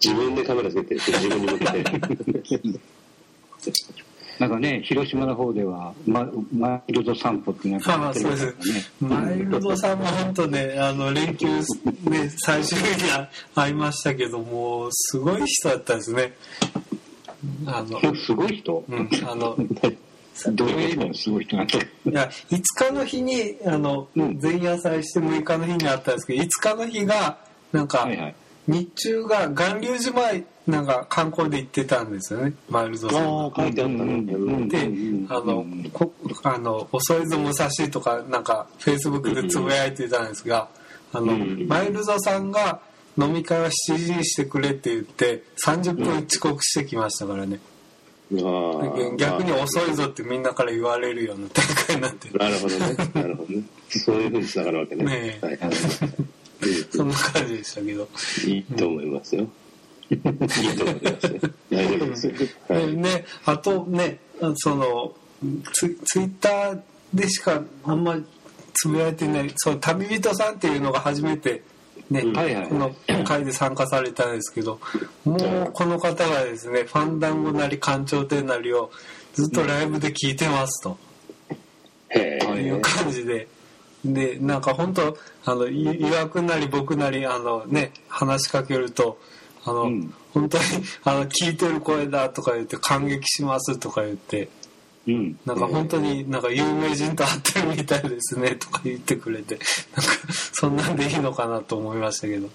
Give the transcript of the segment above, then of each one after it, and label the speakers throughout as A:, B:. A: 自分でカメラつけてる自分に向けて
B: なんかね、広島の方では、ま、マイルド散歩ってなんかやってるんですよね。
C: マイルドさんも本当ね、あの、連休、ね、最終日に会いましたけども、すごい人だったですね。あの、
B: そうすごい人
C: うん、あの、
B: どういう意味のすごい人なんだ
C: いや5日の日にあの、
B: うん
C: 前夜祭して6日の日にあったんですけど5日の日がなんか、
B: はいはい。
C: 日中が巌流島へなんか観光で行ってたんですよねマイルドさんが。
A: ああ書いてあったね、うん
C: で、
B: うん
C: あの、
B: うん
C: こあの遅いぞ武蔵とかなんかフェイスブックでつぶやいてたんですが、あの、
A: うん
C: マイルドさんが飲み会は7時にしてくれって言って30分遅刻してきましたからね、
A: あー
C: 逆に遅いぞってみんなから言われるような展開になって
A: なるほどね なるほどねそういうふうにつながるわけね
C: ねえ
A: はい
C: そんな感じでしたけど。
A: いいと思います よ。いいと思いますよ。大丈夫ですよ。は
C: で
A: い。
C: ね、あとねそのツツイッターでしかあんまつぶやいてないその旅人さんっていうのが初めて、ね
A: うん
B: はいはいはい
C: この会で参加されたんですけどもうこの方がですね「ファンダンゴなり館長亭なりをずっとライブで聞いてます」と。
A: へ
B: はい
C: いう感じで。でなんか本当あのい岩くんなり僕なりあのね話しかけるとあの、
B: うん
C: 本当にあの聞いてる声だとか言って感激しますとか言って
B: うん。
C: なんか本当になんか有名人と会ってるみたいですねとか言ってくれてなんかそんなんでいいのかなと思いましたけど、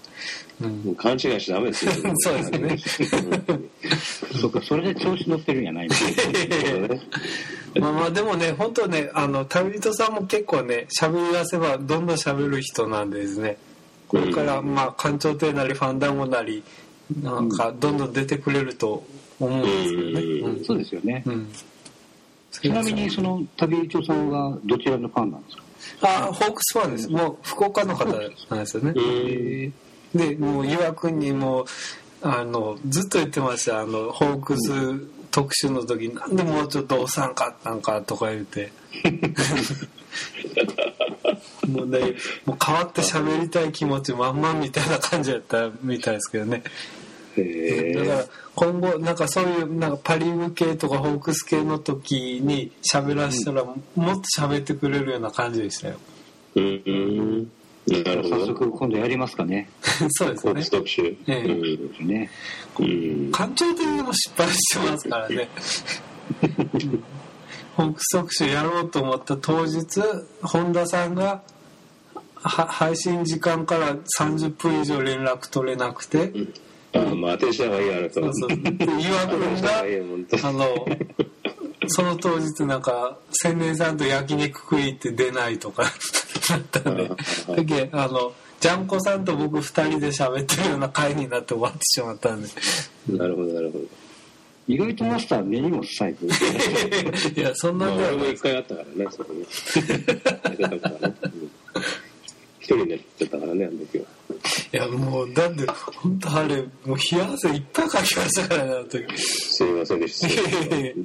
C: うん、
A: もう勘違いしちゃダメですよ。
C: そうです
A: ね。
B: そうか、それで調子乗ってるんやないみたいな
C: まあまあでもね本当ねあの旅人さんも結構ね喋り出せばどんどん喋る人なんでですねこれから
A: うん
C: まあ官庁亭なりファンダンゴなりなんかどんどん出てくれると思うんですけどね
A: うん
C: うん
B: そうですよね
C: う。ん
B: ちなみに、その旅長さんはどちらのファンなんですか
C: あホークスファンですもう福岡の方なんですよね
A: うん
C: でもう岩君にもうあのずっと言ってましたあのホークス特集の時になんでもうちょっと押さんかったんかとか言ってもうねもう変わって喋りたい気持ちまんまみたいな感じやったみたいですけどね
A: へ
C: だから
A: え。
C: 今後なんかそういうなんかパ・リーグ系とかホークス系の時に喋らせたらもっと喋ってくれるような感じでしたよ
A: うんうん。なるほ
B: 早
A: ど。
B: 速、今度やりますかね。
C: そうです
A: コッ
C: ね
A: クス特集。う
C: ええ
A: ん
B: ね。
A: うん。
C: 官庁的にも失敗してますから ねうんホークス特集やろうと思った当日本田さんがは配信時間から30分以上連絡取れなくて、
A: あーまあ当てした方がいいやろと。
C: そうそうで岩
A: 当て
C: 君
A: した方
C: が
A: がいいよ本当。
C: あの、その当日なんか、千年さんと焼肉食い行って出ないとか、なったんで、だけあの、ジャンコさんと僕二人で喋ってるような会になって終わってしまったんで。
A: なるほどなるほど。
B: 意外とマスター目にもサイズ。
C: いや、そん
A: ま
C: な
A: あ
C: んでは
A: 俺
C: な
A: も
C: い
A: 一回あったからね、そこ に。やってたからねうん一人になっちゃったからね、あの時は。
C: いや、もう、だって、本当あれ、もう冷や汗いっぱいかきましたからね、あの時。
A: すみませんでし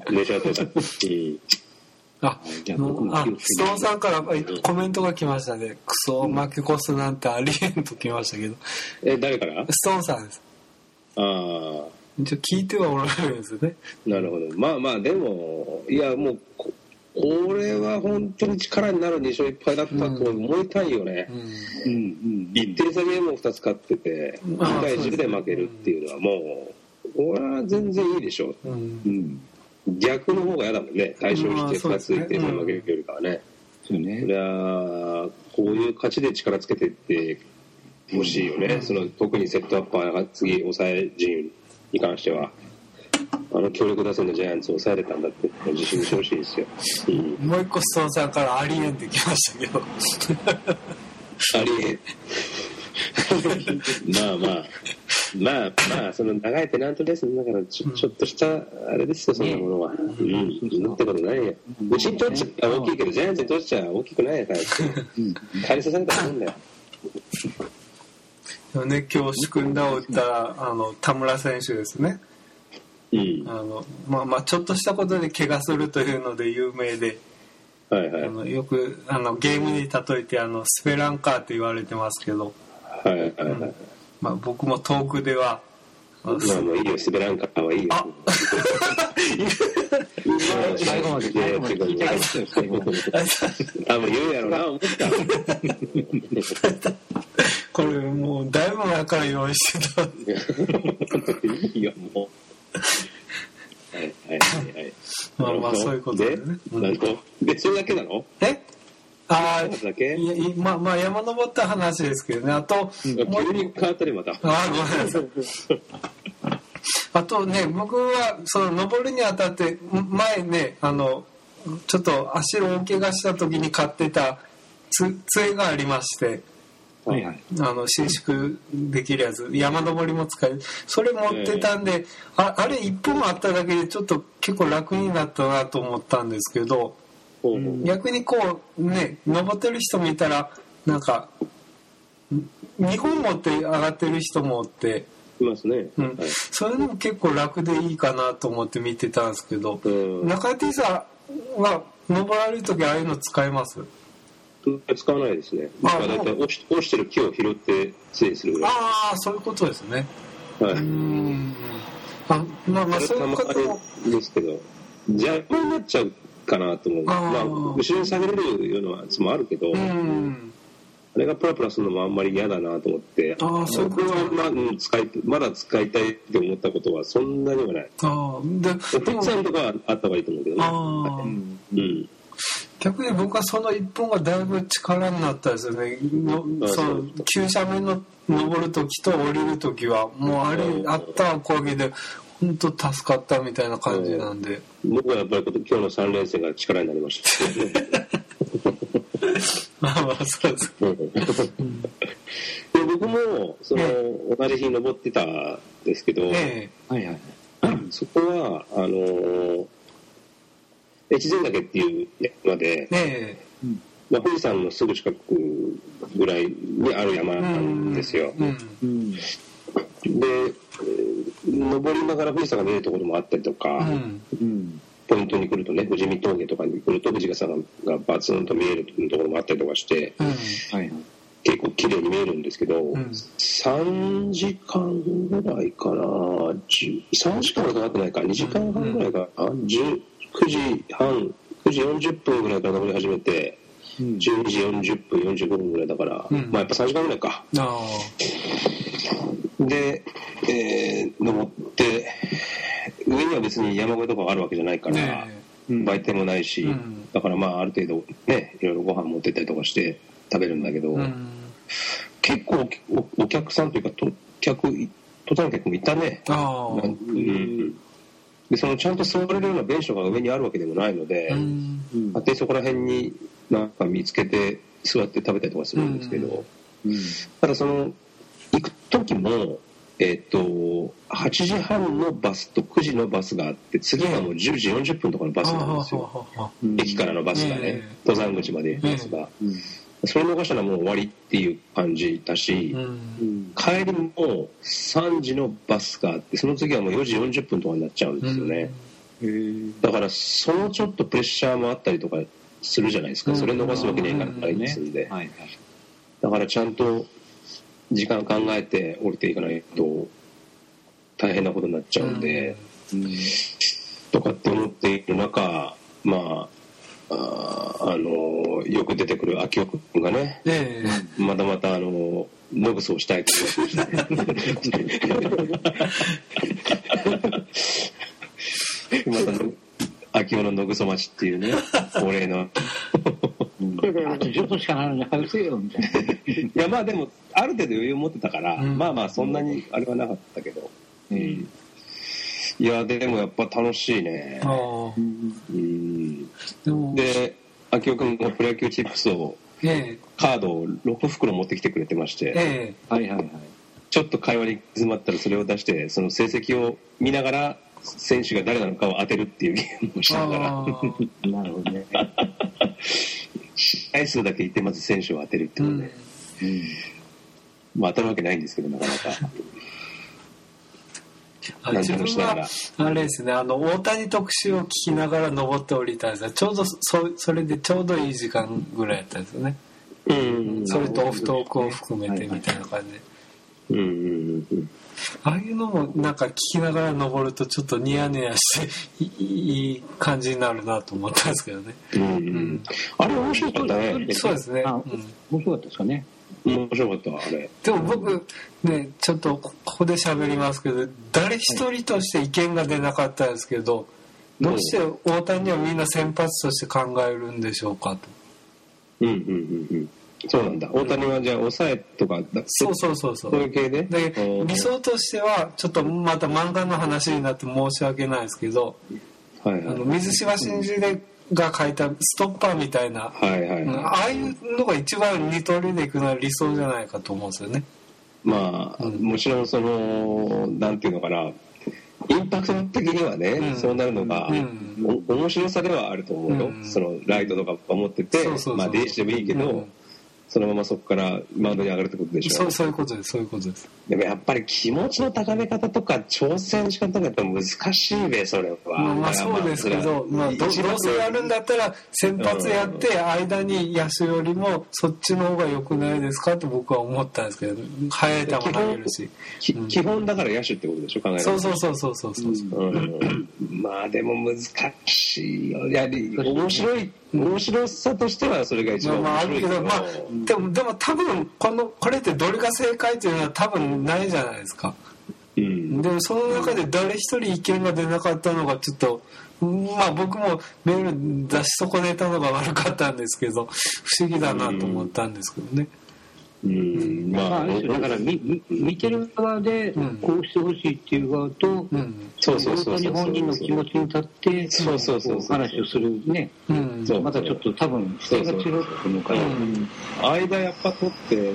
A: た。 寝ちゃってた。うん
C: あ
B: じゃ、あ僕
C: もう
B: も
C: あ
B: 気をつ
C: ス
B: け
C: ト
B: て
C: ーンさんからあコメントが来ましたね。クソ、負け越すなんてありえんと来ましたけど。
A: え、誰からあ
C: ストーンさんです。
A: あ
C: 一応聞いてはおられるんですよね。
A: ー、なるほど。まあまあ、でも、いや、もう、ここれは本当に力になる2勝1敗だったと思いたいよね
C: う。ん
B: うんうん。
A: 1点差ゲームを2つ勝ってて、
C: ん
A: 2対10で負けるっていうのはもう、これは全然いいでしょう。
C: うん
B: うん。
A: 逆の方が嫌だもんね。対象
C: まあ
A: して
C: そう
A: 2
C: です
A: つ
C: ね
A: いて負けるよりかはね。
B: そう
A: そ
B: ね。
A: りゃあこういう勝ちで力つけていってほしいよね、その特にセットアッパーが次抑え陣に関してはあの強力打線のジャイアンツを抑えれたんだって自信してほしいですよ、うん
C: もう一個ストーンさんからありえんってきましたけど
A: ありえんまあまあまあまあその長いペナントレースの中のちょちょっとしたあれですよそんなものは、うんなんてことないようちにとっちゃ大きいけどジャイアンツにとっちゃ大きくないやから
B: うん。
A: 帰りさされたもんだよ
C: でもね今日組んだを打ったあの田村選手ですね
A: うん
C: あの、まあ、まあちょっとしたことで怪我するというので有名で
A: はいは
C: あ
A: い
C: のよくあのゲームに例えてあのスペランカーって言われてますけど、
A: はいはいはい
C: まあ、僕も遠くでは
A: まあもういいよ、滑らんからはいいよ。
C: あ
B: 最後まで最後まで聞いてく ださい最後まで
A: 多分言うやろうな、思った。
C: これもうだいぶ前から用意してた
A: いいよ、もう。はいはいはいはい。
C: まあまあそういうことだ
A: で、
C: よねうん
A: なんと、で、それだけなの
C: えあ
A: それだけ
C: あいやいまあまあ山登った話ですけどねあと、
A: 急
C: もう
A: に変わったりまた。は
C: あーごめんなさいあとね僕はその登るにあたってん前ねあのちょっと足を大怪我した時に買ってたつ杖がありまして
B: はいはい。
C: あの伸縮できるやつ山登りも使えるそれ持ってたんで、ああれ1本あっただけでちょっと結構楽になったなと思ったんですけど
A: ほうほう
C: 逆にこうね登ってる人見たらなんか2本持って上がってる人もおって、
A: いますね。
C: うん
A: はい
C: それでも結構楽でいいかなと思って見てたんですけど、
A: うん
C: 中井さんは登られる時ああいうの使えます
A: 使わないですね。
C: あ
A: まあ、だいたい落ち落ちてる木を拾って杖にするぐらい。
C: ああそういうことですね
A: は
C: うー
A: い。
C: んあまあまあ
A: そ
C: そう
A: れ
C: いう
A: た
C: ことも
A: まにですけど、邪魔になっちゃうかなと思う。
C: あー
A: まあ、後ろに下げれるようなやつもあるけど、
C: うん
A: あれがプラプラするのもあんまり嫌だなと思って、
C: あーそういうこと
A: 僕は、まあうん使い、まだ使いたいって思ったことはそんなにはない。
C: ああ
A: お
C: ででも
A: 客さんとかはあった方がいいと思うけどね。
C: ああ
A: うん。
C: 逆に僕はその一本がだいぶ力になったですよねの
A: あ
C: その急斜面の登る時と降りる時はもうあれ
A: うん
C: あったおかげで本当助かったみたいな感じなんで
A: 僕はやっぱり今日の3連戦が力になりました。
C: まあまあそうです
A: うんで僕もその、
C: え
A: 同じ日登ってたんですけど、
C: え
B: はいはい。
A: そこはあの越前岳っていう山で
C: え、え
A: まあ、富士山のすぐ近くぐらいにある山
C: えう
A: なん
C: ん
A: ですよ。
C: うん
B: うん。
A: で、えー登りながら富士山が見えるところもあったりとか、
C: うん
B: うん。
A: ポイントに来るとね、富士見峠とかに来ると富士山がバツンと見えるところもあったりとかして、
C: うん
B: はいはい。
A: 結構綺麗に見えるんですけど、
C: ん
A: 3時間ぐらいかな、10 3時間はかかってないか、2時間半ぐらいかな、10 9時半、9時40分ぐらいから登り始めて、
B: う
A: 12
B: ん
A: 時40分、45分ぐらいだから、
C: うん
A: まあやっぱ3時間ぐらいか。
C: ああ
A: で、えー登って、上には別に山小屋とかがあるわけじゃないから、
C: ね
B: うん
A: 売店もないし、
C: うん
A: だからまあある程度ね、いろいろご飯持ってったりとかして食べるんだけど、
C: えうん
A: 結構おお客さんというか、と客、登山客もいたね。
C: ああ
A: なんうんでそのちゃんと座れるような便所が上にあるわけでもないので、
C: うん
B: うん
A: 勝手にそこら辺になんか見つけて座って食べたりとかするんですけど、
C: うん
B: うん
A: ただその行く時もえっ、と8時半のバスと9時のバスがあって次がもう10時40分とかのバスなんですよ
C: ああああああ
B: うん
A: 駅からのバスがね、
C: え
A: 登山口まで行くバスが、
B: うん
A: それ逃したらもう終わりっていう感じだし、
C: うん
B: うん
A: 帰りも3時のバスがあってその次はもう4時40分とかになっちゃうんですよね、
B: へー
A: だからそのちょっとプレッシャーもあったりとかするじゃないですか、
C: うん
A: それ逃すわけにはいかないですんで、
B: はいはい。
A: だからちゃんと時間考えて降りていかないと大変なことになっちゃうんで、
B: うん
A: とかって思っている中まああーあのよく出てくる秋代君がね
C: ええ
A: またまたあのノブスをしたいって言ってましたねまたね秋代のノブソ待ちっていうね恒例の
B: あとちょっとしかならないうせよみたい
A: いやまあでもある程度余裕持ってたから、
C: うん
A: まあまあそんなにあれはなかったけど、
B: な。
A: いやでもやっぱ楽しいね
C: ああ
B: うん
A: うん
C: でも
A: で秋代君がプロ野球チップスを
C: ええ
A: カードを6袋持ってきてくれてまして
C: え
B: はいはいはい。
A: ちょっと会話に行き詰まったらそれを出してその成績を見ながら選手が誰なのかを当てるっていうゲームをし
C: え
A: ながら
C: ああ
B: なるほどね。
A: 試合数だけ言ってまず選手を当てるっていうね、
B: うん
A: まあ当たるわけないんですけどなかなか
C: あ
A: なん
C: 自
A: て
C: 分
A: 話しながら
C: はあれですねあの大谷特集を聞きながら登って降りたんですがちょうどそそれでちょうどいい時間ぐらいやったんですよね
A: うん
C: それとオフトークを含めてみたいな感じで、
A: うんうんうんうん。
C: ああいうのもなんか聞きながら登るとちょっとニヤニヤしていいいい感じになるなと思ったんですけどね。
A: うんうん、あれ面白かったね。
C: そうですね。
B: あ
C: うん
B: 面白かったですかね。
A: 面白かった、あれ。
C: でも僕ねちょっとこここで喋りますけど誰一人として意見が出なかったですけどどうして大谷はみんな先発として考えるんでしょうか
A: う
C: と
A: んうんうんうん。そうなんだ。大谷はじゃあ、抑えとか、だ
C: そうそうそうそ
A: そういうう系で。
C: で
A: うん
C: 理想としてはちょっとまた漫画の話になって申し訳ないですけど
A: はい
C: あ
A: はい
C: の。水島新司が書いたストッパーみたいな
A: はいはい
C: うん
A: は
C: ああいうのが一番二刀流でいくのは理想じゃないかと思うんですよね。
A: い。まあ、もちろんその、なんていうのかな、インパクト的にはね、
C: うん
A: そうなるのが、
C: うん
A: お面白さではあると思うよ。
C: うん
A: その、ライトとか持ってて、
C: そうそうそう
A: まあ、電子でもいいけど、
C: うん
A: そのままそこからマウンドに上がるってことでしょ。
C: そうそういうことですそういうことです。
A: でもやっぱり気持ちの高め方とか挑戦の仕方がやっぱ難しいべそれは、
C: まあ、まあそうですけど、まあ、どどうせやるんだったら先発やって間に野手よりもそっちの方が良くないですかと僕は思ったんですけど速い球投げるし
A: き基本だから野手ってことでしょ考え
C: そう
A: う
C: そうそうそうそうそう、
A: うん、まあでも難しいよやはり面白い面白さとしてはそれが一
C: まあ
A: 番
C: まあある
A: 面
C: け
A: 白い
C: どまあでもでも多分このこれってどれが正解っていうのは多分ないじゃないですか。
A: うん
C: でもその中で誰一人意見が出なかったのがちょっとまあ僕もメール出し損ねたのが悪かったんですけど不思議だなと思ったんですけどね。
A: うんま
B: ま
A: あ
B: あ、
A: だ
B: だ
A: か
B: からら
A: み
B: みみ見てる側で
C: うん
B: こうしてほしいっていう側と、
C: うん
A: そうそうそうそ
B: 本当に
A: う
B: 本人の気持ちに立って
A: そうそうそうそう
B: こお話をするね
C: うん
A: そう
B: またちょっと多分人が違うと思うから
C: そうそう
A: 間やっぱ取って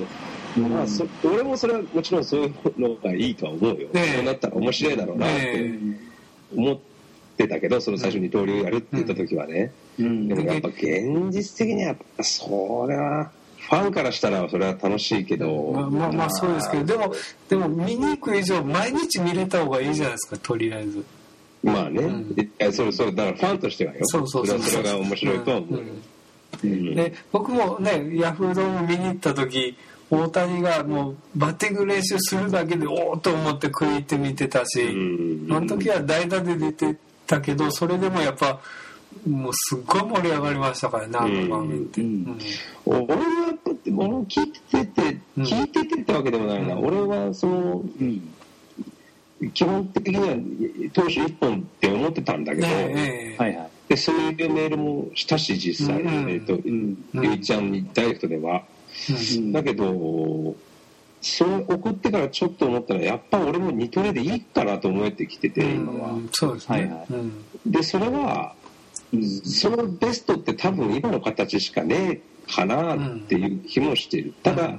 B: うん
A: まあ、そ俺もそれはもちろんそういうのがいいとは思うよ、
C: ねえ
A: そうなったら面白いだろうなっ
C: う
A: て
B: ん
A: 思ってたけどその最初に二刀流やるって言った時はね、
B: うん
A: でもやっぱ現実的にはやっぱそれはファンからしたらそれは楽しいけど、
C: まあまあまあそうですけどでもでも見に行く以上毎日見れた方がいいじゃないですかとりあえず
A: まあね、
C: うん
A: いやそうそうだからファンとしてはよ
C: そうそうそう
A: れはそれが面白いとは思うよ、
C: ん
A: うん
C: で僕もねヤフードーム見に行った時大谷がもうバッティング練習するだけでおおと思って食い入って見てたし、
A: うん
C: あの時は代打で出てたけどそれでもやっぱもうすっごい盛り上がりましたからねあの場面って、
B: うん
C: うん
A: 俺はやっぱって俺も聞いてて、
C: うん
A: 聞いててってわけでもないな、俺はその
B: うん
A: 基本的には投手1本って思ってたんだけど、
C: ねえ
B: はいはい
A: でそういうメールもしたし実際、
C: うん
A: えーと
B: うん
C: うん
A: ゆいちゃんにダイレクトでは、
C: え
B: うん
A: だけどそれ送ってからちょっと思ったらやっぱ俺も二トレでいいかなと思えてきてて
C: うん
A: 今は
C: うんそうですね、
B: はいはい
C: うん
A: でそれは
B: うん
A: そのベストって多分今の形しかねえかなっていう気もしてるただ、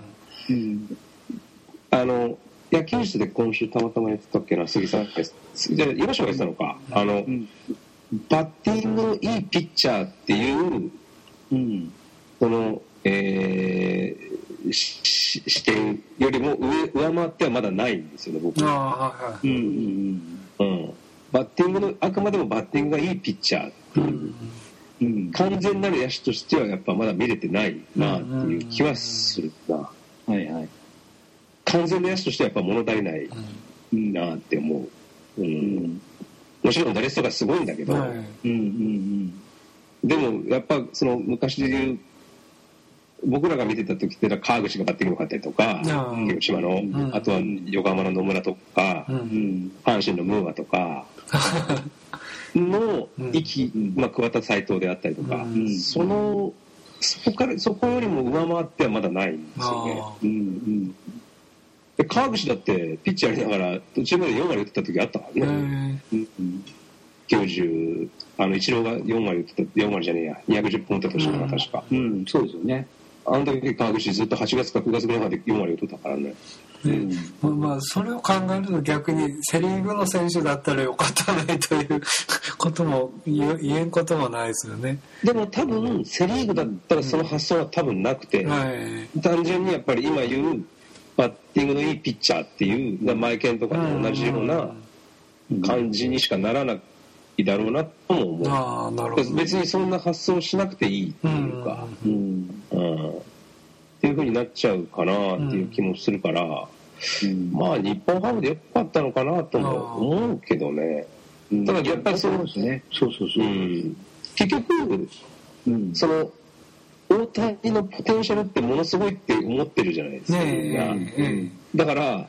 C: うん
B: うん
A: あの野球室で今週たまたまやってたっけな杉さんじゃあ岩城が言ってたのかあの、
B: うん
A: バッティングのいいピッチャーっていう
B: うん
A: その、えーしし視点よりも上上回ってはまだないんですよね、僕、
C: ああはいは
B: うんうん
A: うん。バッティングの、あくまでもバッティングがいいピッチャー、
C: い、うん
B: うん
A: 完全なる野手としてはやっぱまだ見れてないなっていう気はするな。
B: はいはい
A: 完全な野手としてはやっぱ物足りない
B: うん
A: なって思う。う、
B: うんん
A: もちろん打率とかすごいんだけ
C: う
A: ど、
C: んはい
B: うんうん
A: でもやっぱその昔で言う、僕らが見てた時ってのは川口がバッティング良かったりとか、
C: うん
A: 広島の、
C: ん
A: あとは横浜の野村とか、
C: う
B: うんん
A: 阪神のムーアとかの
C: うん
A: 域、
B: うん
A: まあ、桑田斎藤であったりとか、
C: うん
A: そのそこからそこよりも上回ってはまだないんですよね
C: あ
B: うんうん
A: で川口だってピッチャーやりながら途中まで4割打ってた時あったか
C: あ、
A: らね、
C: ね
B: うん
A: 90あのイチローが4割打ってた4割じゃねえや210本打った年かな
C: うん
A: 確か、
B: うんそうですよね
A: あの時川口ずっと8月か9月ぐらいまで4割打ってたからね
C: えねえまあまあそれを考えると逆にセ・リーグの選手だったらよかったねということも言え言えんこともないですよね。
A: でも多分セ・リーグだったらその発想は多分なくて、
C: はい
A: 単純にやっぱり今言うバッティングのいいピッチャーっていう、だからマイケンとかと同じような感じにしかならないだろうなとも思
C: ああなるほど
A: う。別にそんな発想しなくていいっていうか、
B: うん
A: うんっていうふうになっちゃうかなっていう気もするから、
B: うん
A: まあ日本ハムでよかったのかなとも思うけどね、
B: うん
A: ただやっぱりそう
B: ですね。そうそう
A: う
B: そう。
A: ん、結局
B: うん
A: その大谷のポテンシャルってものすごいって思ってるじゃないですか、みんな
C: ねえ、え
A: だから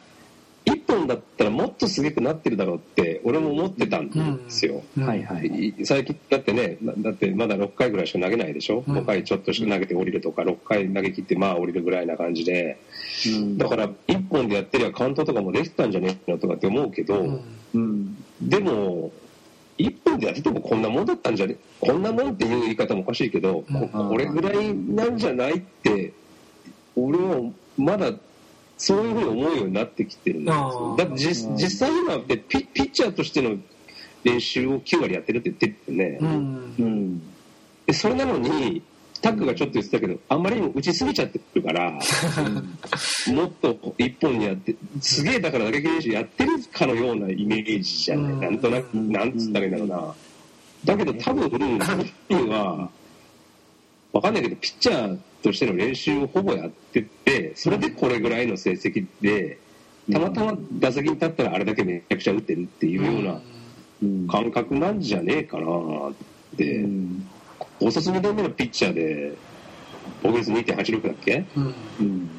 A: 1本だったらもっとすげえくなってるだろうって俺も思ってたんですよ、
C: え
B: はいはい。
A: い最近だってねなだってまだ6回ぐらいしか投げないでしょ、
C: うん
A: 5回ちょっとしか投げて降りるとか6回投げ切ってまあ降りるぐらいな感じで
B: うん
A: だから1本でやってりゃカウントとかもできたんじゃねえのとかって思うけど、
C: うん
B: うん
A: でも1本でやっててもこんなもんだったんじゃねこんなもんっていう言い方もおかしいけど、
C: うん
A: ここれぐらいなんじゃないって俺はまだそういうふうに思うようになってきてるんですよ
C: あ
A: だ
C: ー
A: って実実際今ってピピッチャーとしての練習を9割やってるって言ってるよね、
C: うん
B: うん
A: でそれなのにタックがちょっと言ってたけどあんまりにも打ちすぎちゃってるからもっと一本にやってすげえだから打撃練習やってるかのようなイメージじゃない、
C: うん
A: なんとなく
C: うん
A: なんつったらいいんだろうな、だけど多分本人はわかんないけどピッチャーとしての練習をほぼやっててそれでこれぐらいの成績でたまたま打席に立ったらあれだけめちゃくちゃ打ってるっていうような
B: うん
A: 感覚なんじゃねえかなって。
B: うん
A: おすすめ目のピッチャーで防御率2.86だっけ
C: うん
B: うん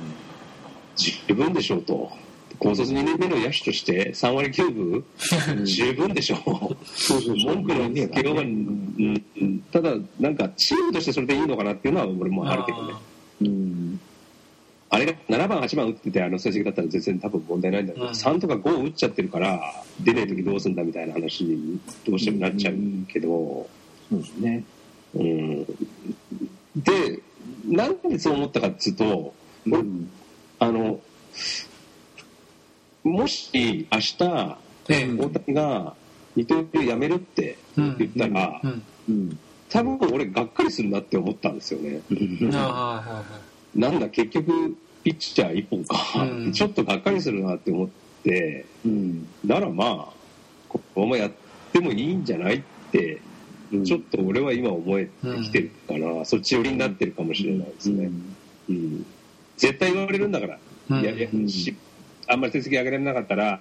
A: 十分でしょうと高卒2年目の野手として3割9分 十分でしょう
B: そうそうそう
A: 文句のつけようがうんうんただなんかチームとしてそれでいいのかなっていうのは俺もあるけどね
B: うん
A: あれが7番8番打っててあの成績だったら全然多分問題ないんだけど、
C: うん
A: 3とか5打っちゃってるから出ない時どうすんだみたいな話にどうしてもなっちゃうけど、
B: そうですね。
A: うんで、なんでそう思ったかっつうと、俺
B: うん
A: あの、もし明日、大
C: ええ
A: 谷が二刀流やめるって
C: うん
A: 言ったら、
C: うん
B: うん
A: 多分俺がっかりするなって思ったんですよね。
C: ああはいはい
A: なんだ、結局、ピッチャー一本か、
C: うん
A: ちょっとがっかりするなって思って、
B: うん
A: ならまあ、このままやってもいいんじゃないって、
B: うん
A: ちょっと俺は今思えてきてるから、そっち寄りになってるかもしれないですね。うん絶対言われるんだから、
C: うん
A: いやいや
B: うん
A: しあんまり成績上げられなかったら、
B: は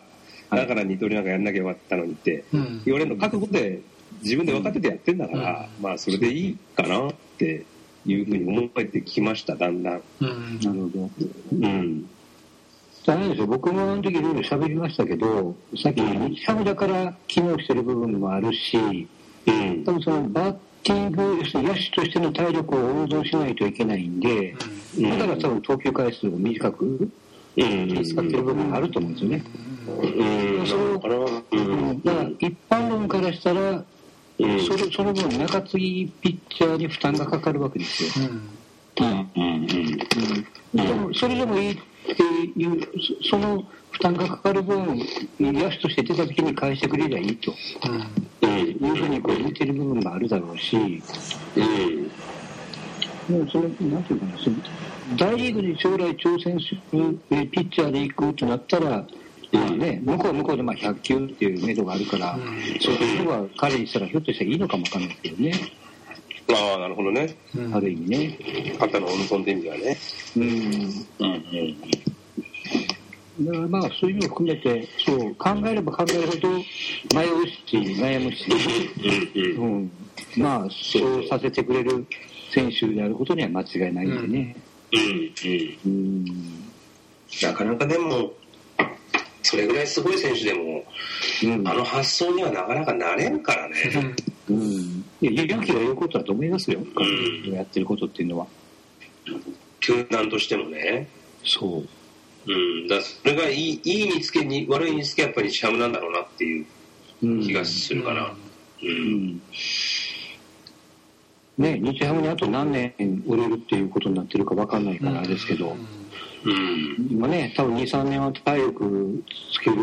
B: い
A: だから二刀流なんかやんなきゃよかったのにって
C: うん
A: 言われるの覚悟で自分で分かっててやってんだから、まあそれでいいかなっていうふうに思えてきましただんだん、
C: うん
B: なるほど。
A: うん、
B: ダメですよ。僕もあの時いろいろ喋りましたけど、さっき日ハムだから機能してる部分もあるし、
A: うん
B: 多分そのバッティング、要するに野手としての体力を温存しないといけないんで、
A: うん
B: だから多分投球回数を短く
A: うん
B: 使ってる部分もあると思うんですよね。
A: うんなのかなうん
B: だから一般論からしたら、
A: うん
B: それその分中継ぎピッチャーに負担がかかるわけですよ。
C: うん
A: うんうん
B: でもそれでもいいっていう、そその負担がかかる分、野手として出た時に返してくれりゃいいと
C: う
A: うん
B: いうふうにこう似てる部分があるだろうし、
A: うん
B: もうそれ、なんていうかな、その大リーグに将来挑戦するえーピッチャーで行くとなったら、まあね、向こうは向こうでまあ100球っていう目処があるから、
C: うん
B: そういうのは彼にしたらひょっとしたらいいのかもわかんないですけどね、
A: ああなるほどね
C: ん
B: ある意味ね。
A: 肩の温存って意味ではね
B: うん
A: うんうん
B: だからまあそういうのを含めてそう考えれば考えるほど迷うし悩むし、
A: うん
B: うん、まあそうさせてくれる選手であることには間違いないんでね。
A: うんうん
B: うん
A: なかなかでも、それぐらいすごい選手でも、
B: うん
A: あの発想にはなかなかなれん からね。
B: うん、いや勇気が言うことだと思いますよ、
A: うん
B: やってることっていうのは。
A: 球団としてもね。
B: そう
A: うん、だからそれがいいいい見つけに、悪い見つけはやっぱりシャムなんだろうなっていう
B: うん
A: 気がするかな。う。
B: うんんね、日ハムにあと何年売れるっていうことになってるか分かんないからあれですけど、
A: うん。
B: 今ね、多分2、3年は体力つける、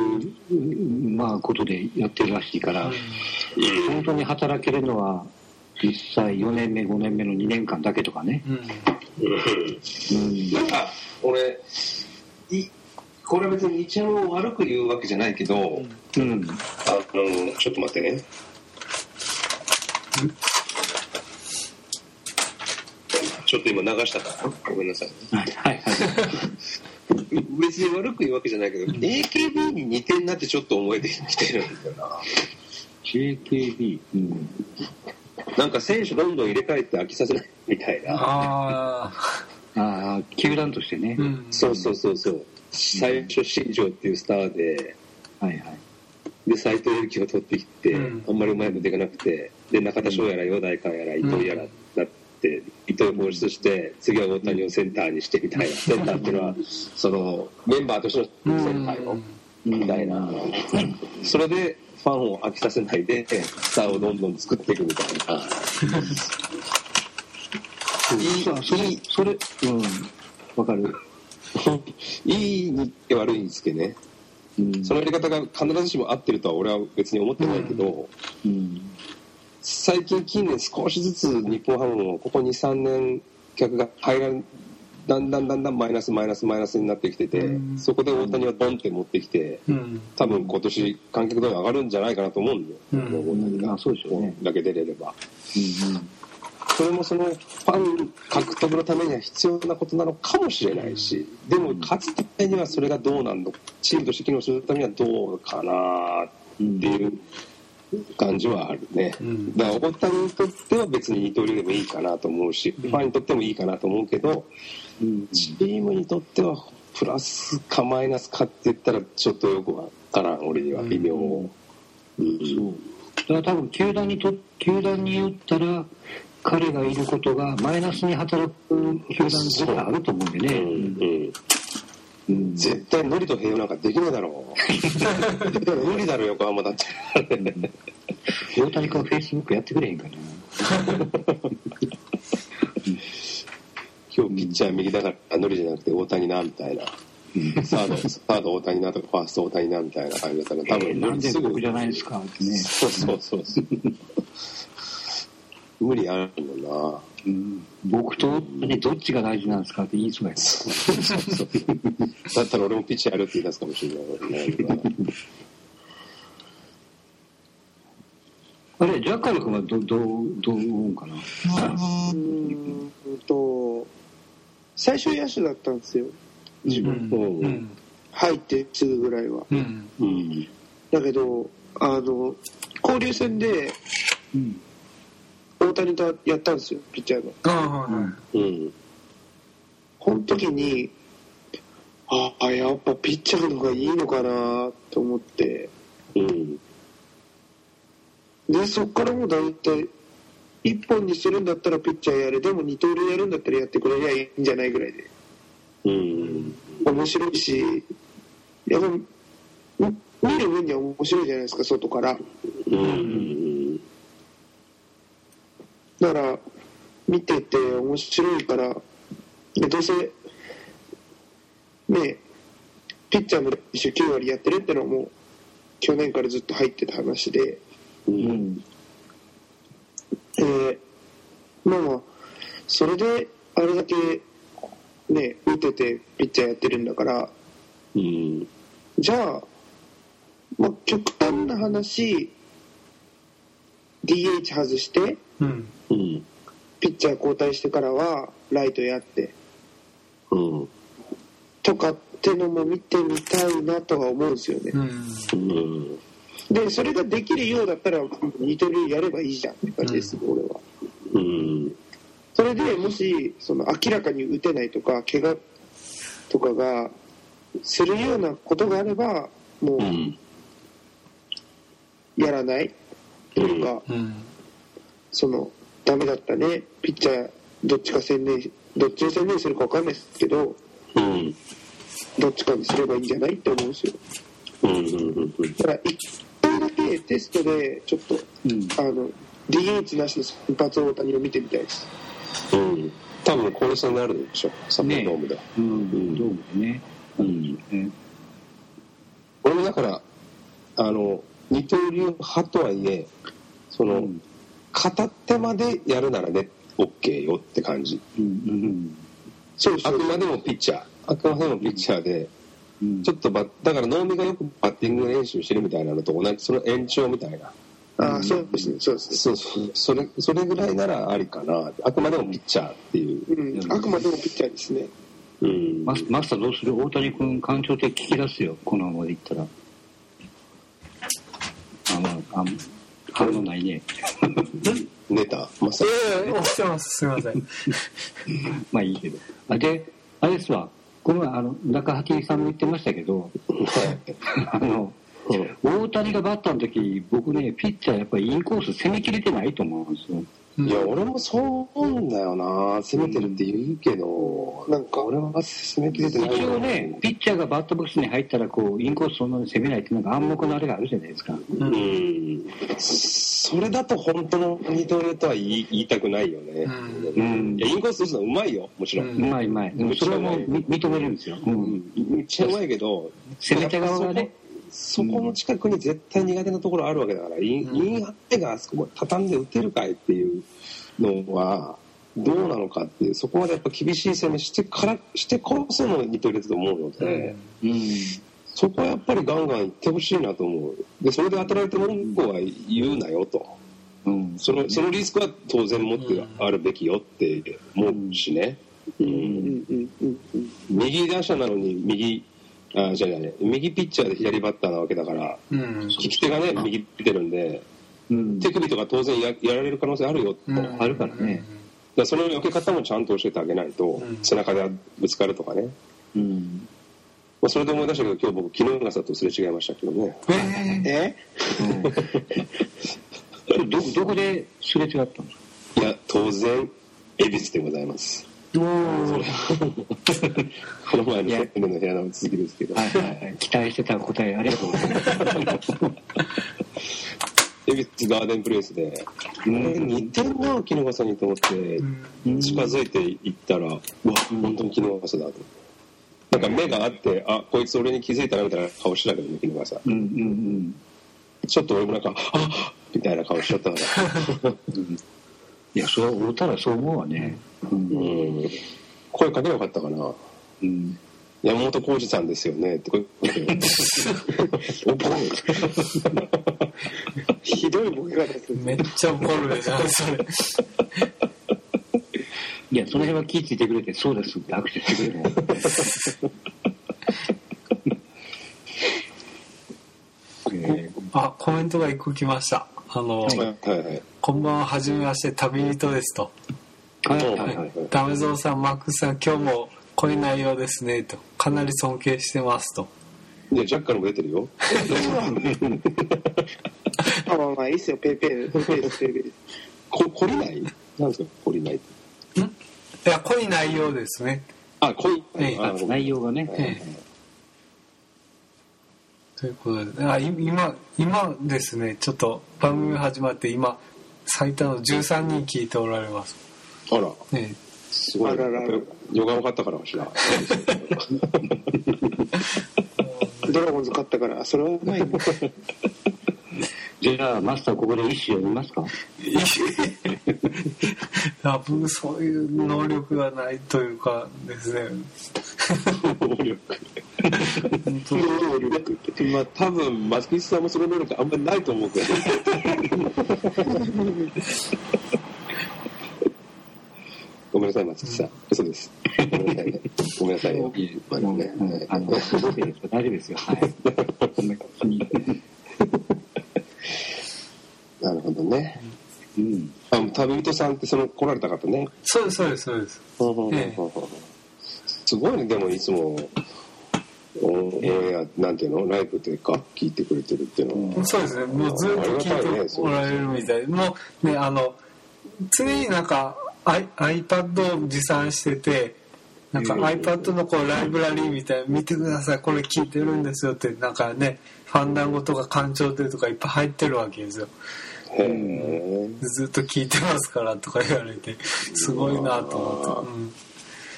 B: うんまあ、ことでやってるらしいから、
A: うん。
B: 本当に働けるのは、実際4年目、5年目の2年間だけとかね。
A: うん
B: うん
A: なんか、俺、いこれは別に日ハムを悪く言うわけじゃないけど、
B: うん。
A: あの、ちょっと待ってね。ちょっと今流したから、ごめんなさい。
B: はいはい。
A: 別に悪く言うわけじゃないけど、AKB に似てんなってちょっと思えてきてるんだよな。
B: JKB。うん。
A: なんか選手どんどん入れ替えて飽きさせないみたいな。
C: ああ、
B: ああ、球団としてね。
C: うん。
A: そうそうそうそう。最初新庄っていうスターで、
B: はいはい。
A: で斎藤佑樹を取ってきて、
C: うん
A: あんまりうまいこといかなくてで中田翔やら陽大館やら伊藤やらなって、伊藤を放出して次は大谷をセンターにしてみたいなセンターっていうのはそのメンバーとして
C: う
A: の
C: ん
A: センターよみたいな、それでファンを飽きさせないでスターをどんどん作っていくみたいな。
B: そうそれ、それ、うん。わかる。
A: いいにって悪いんですけどね、
B: うん。
A: そのやり方が必ずしも合ってるとは俺は別に思ってないけど、
B: うん。
A: 最近近年少しずつ日本ハムもここ23年客が入らんだんだんだんだんマイナスマイナスマイナスになってきてて、
C: うん
A: そこで大谷をドンって持ってきて
C: うん。
A: 多分今年観客度が上がるんじゃないかなと思うんだよ、
C: うん
A: も大谷が、
B: まあそうでしょうね
A: こんだけ出れれば
B: うんうん。
A: それもそのファン獲得のためには必要なことなのかもしれないしでも勝つためにはそれがどうなんのチームとして機能するためにはどうかなっていう感じはあるね、
C: うん
A: だから大谷にとっては別に二刀流でもいいかなと思うし、ファンにとってもいいかなと思うけど
B: うん。
A: チームにとってはプラスかマイナスかって言ったらちょっとよくわからん俺には微妙、うん
B: そう。だから多分球団にと、球団によったら、彼がいることがマイナスに働く球団絶対あると思うんで
A: うん
B: ね。
A: うん絶対ノリと併用なんかできないだろう無理だろ横浜だって
B: 大谷君はフェイスブックやってくれへんかな。
A: 今日ピッチャー右だからノリじゃなくて大谷なみたいなサードサード大谷なとかファースト大谷なみたいな感じだったら多
B: えー
A: 分ノ
B: なん
A: リ
B: です
A: ぐ
B: 僕じゃないですかってね。
A: そうそうそうそう無理あるもんな
B: うん僕とねどっちが大事なんですかって言いそうや
A: だったら俺もピッチャーやるって言い出すかもしれないな
B: あれジャッカル君はどどうどう思うかな
D: うんと最初野手だったんですよ
A: 自
C: うん。
A: う
C: うんん。
D: 入ってすぐぐらいは
C: うん。
A: うん
D: だけどあの交流戦で
B: うん
D: 大谷とやったんですよピッチャーの
C: ああ、はいはい。
A: うん
D: この時にああやっぱピッチャーの方がいいのかなと思って
A: うん
D: でそっからもう大体1本にするんだったらピッチャーやれでも二刀流やるんだったらやってくれりゃいいんじゃないぐらいで
A: うん
D: 面白いしやっぱみ見る分には面白いじゃないですか外から
A: うん
D: だから見てて面白いからでどうせねピッチャーの練習9割やってるってのはもう去年からずっと入ってた話で、
A: う
B: うんん
D: えーまあまあそれであれだけね打ててピッチャーやってるんだから
A: うん
D: じゃあ、まあ、極端な話 DH 外して
C: うん。
A: うん
D: ピッチャー交代してからはライトやって
A: うん
D: とかってのも見てみたいなとは思うんですよね
C: う。ん。
A: うん
D: で、それができるようだったら、二刀流やればいいじゃんって感じです、俺は。
A: うん
D: それでもし、その明らかに打てないとか、怪我とかがするようなことがあれば、も
A: うん
D: うやらないというか、
C: うん。
D: その、ダメだったね、ピッチャー、どっちか専念、どっちを専念するか分かんないですけど、
A: うん
D: どっちかにすればいいんじゃないって思うんですよ。
A: うん
D: だから、一回だけテストで、ちょっと、
B: うん
D: あの DH なしの先発大谷を見てみたいです
A: うん多分これさになるでしょサプドームで
B: うんどうもね
A: うん
B: ね
A: 俺もだからあの二刀流派とはいえその、
B: うん
A: 片手までやるならね OK よって感じ
B: うん
D: そう
A: あ
D: そ
A: く
D: う
A: までもピッチャーあくまでもピッチャーで
B: うん
A: ちょっとバッだから能見がよくバッティング練習してるみたいなのと同じその延長みたいな
D: ああそうですねそうです
A: そうそうそれそれぐらいならありかなあくまでもピッチャーっていう
D: ね、うん、あくまでもピッチャーですね
A: うん
B: マスマスターどうする大谷君感情的聞き出すよこのままでいったらあまああ反応ないね
A: 出たまさ
C: ええ押してますすいません
B: まあいいけどあであれですわこの前あの中畑さんも言ってましたけど あの大谷がバッターの時僕ねピッチャーやっぱりインコース攻めきれてないと思うんですよ
A: にいや俺もそう思うんだよな攻めてるって言うけどなんか俺は攻めきれてないな
B: 一応ねピッチャーがバッターボックスに入ったらこうインコースそんなに攻めないっていうのが暗黙のあれがあるじゃないですか
A: うんそれだと本当の二刀流とは言い言いたくないよね、
C: う
B: うん
A: いやインコース打つのうまいよもちろん、
C: う
B: うまいうまいでもそれはもう認認めるんですよ、うん、
A: めっちゃうまいけど
B: 攻め手側がね
A: そこそこの近くに絶対苦手なところあるわけだから、インインハってがあそこ畳んで打てるかいっていうのはどうなのかっていうそこまでやっぱ厳しい攻めしてからしてこその二刀流だと思うので、そこはやっぱりガンガンいってほしいなと思うでそれで当たられて文句は言うなよと
B: うん
A: そのそのリスクは当然持ってあるべきよって思うしね、うん
D: うんうんうんうん
A: 右打者なのに右あじゃあね右ピッチャーで左バッターなわけだから
C: う
A: 利
C: ん
A: き手がね右出てるんで
B: うん
A: 手首とか当然ややられる可能性あるよと、
C: うん
A: だか
B: あるからね
A: らその避け方もちゃんと教えてあげないと、
C: ん
A: 背中でぶつかるとかね、
B: うん
A: まあ、それで思い出したけど今日僕衣笠とすれ違いましたけどね
C: ええ
D: え
B: うんどどこですれ違ったんですか
A: いや当然恵比寿でございます
C: おー
A: この前のホテルの部屋の続きですけど
B: はいはいはい期待してた答えありがとうございます
A: 恵比寿ガーデンプレイスで、
B: うん
A: 似てんな衣笠にと思って。
C: うん
A: 近づいていったら、うわ本当に衣笠だとなんか目があってあこいつ俺に気づいたなみたいな顔してたけどね衣笠
B: うんうん
A: ちょっと俺もなんかあみたいな顔しちゃったから
B: いやそう会うたらそう思うわねうん
A: うん声かけなかったかな
B: うん
A: 山本浩二さんですよねって声かけようおぽん
D: ひどいボケ方でする
C: めっちゃ怒るでしょそれ
B: いやその辺は気ぃついてくれてそうですって握手して くれるもんえー
C: あコメントが一個来ましたあの
A: はいはい
C: こんばんははじめまして旅人ですと
B: はいはいはい
C: ダメゾウさんマックスさん今日も濃い内容ですねとかなり尊敬してますと
A: いやジャッカルも出てる よ
D: あまあまあいいっすよペイペイペイペイですペイペイです
A: こ懲りないなんですか懲りない
C: いや濃い内容ですね
A: あ恋
C: ええ
A: あ
B: あ内容がね、
C: ええということであい今今ですねちょっと番組始まって今最多の13人聞いておられます、
A: あら
C: ね、
A: すごい
D: あららら
A: ヨガを買ったからか しら
D: ドラゴンズ勝ったからそれはない
B: じゃあマスターここで一首読みますか
C: あ僕そういう能力がないというかですね
A: 能力
C: 本当
A: 能力まあ多分松木さんもその能力あんまりないと思う けどごめんなさい松木さん嘘ですごめんなさいねごめんなさいよまあ
B: もう
A: ね
B: うんあの大丈夫です大丈夫ですよはいそんな気に
A: なるほどね
B: うん
A: あの旅人さんってその来られた方ね
C: そうですそうですそうですええ
A: すごいねでもいつもおオンエアなんていうのライブというか聞いてくれてるっていうのは
C: そうですねもうずっと聞いておられるみたいもうねあの常になんか I- iPad を持参しててなんか iPad のこうライブラリーみたいな見てくださいこれ聞いてるんですよってなんかねファンダンゴとか官庁亭とかいっぱい入ってるわけですよ
A: へえ
C: ずっと聞いてますからとか言われてすごいなと思って、うん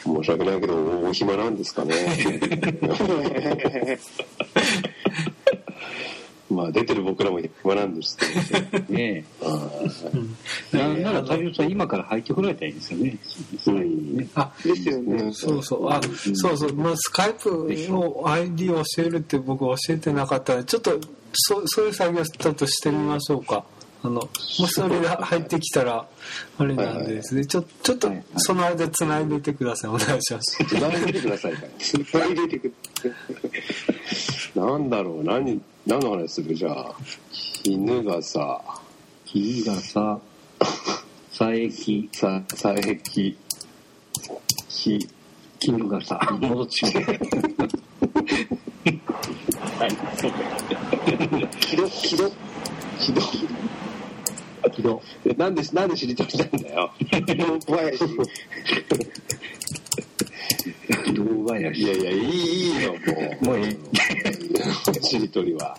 A: 申し訳ないけどおお暇なんですかねまあ出てる僕らも暇なんですけどね
B: ね
A: あ
B: えなんなら太陽さん今から入ってこられたらいいんですよね
A: うん
B: ね
C: あ
D: ですよね
A: ー
C: そうそうあそうそうもうスカイプの ID を教えるって僕教えてなかったのでちょっとそそういう作業ちょっとしてみましょうかああのもしそれが入ってきたらあれなんでですねちょちょっと
B: はいはい
C: その間つないでてくださいお願いします
A: つないでてくださいから。
D: つないでてく
A: なんだろう、何、何の話するじゃあ。犬がさ、
B: 木がさ、佐伯、
A: さ、佐伯、木、
B: 絹がさ、戻っちゃう。
A: 木戸、木戸、木戸。
B: 木戸。
A: えなんで、なんで知りとしたんだよ。
D: る小林
B: 木戸や
A: いやいや、いい、いいよ、もう。
B: もういい。
A: しりとりは。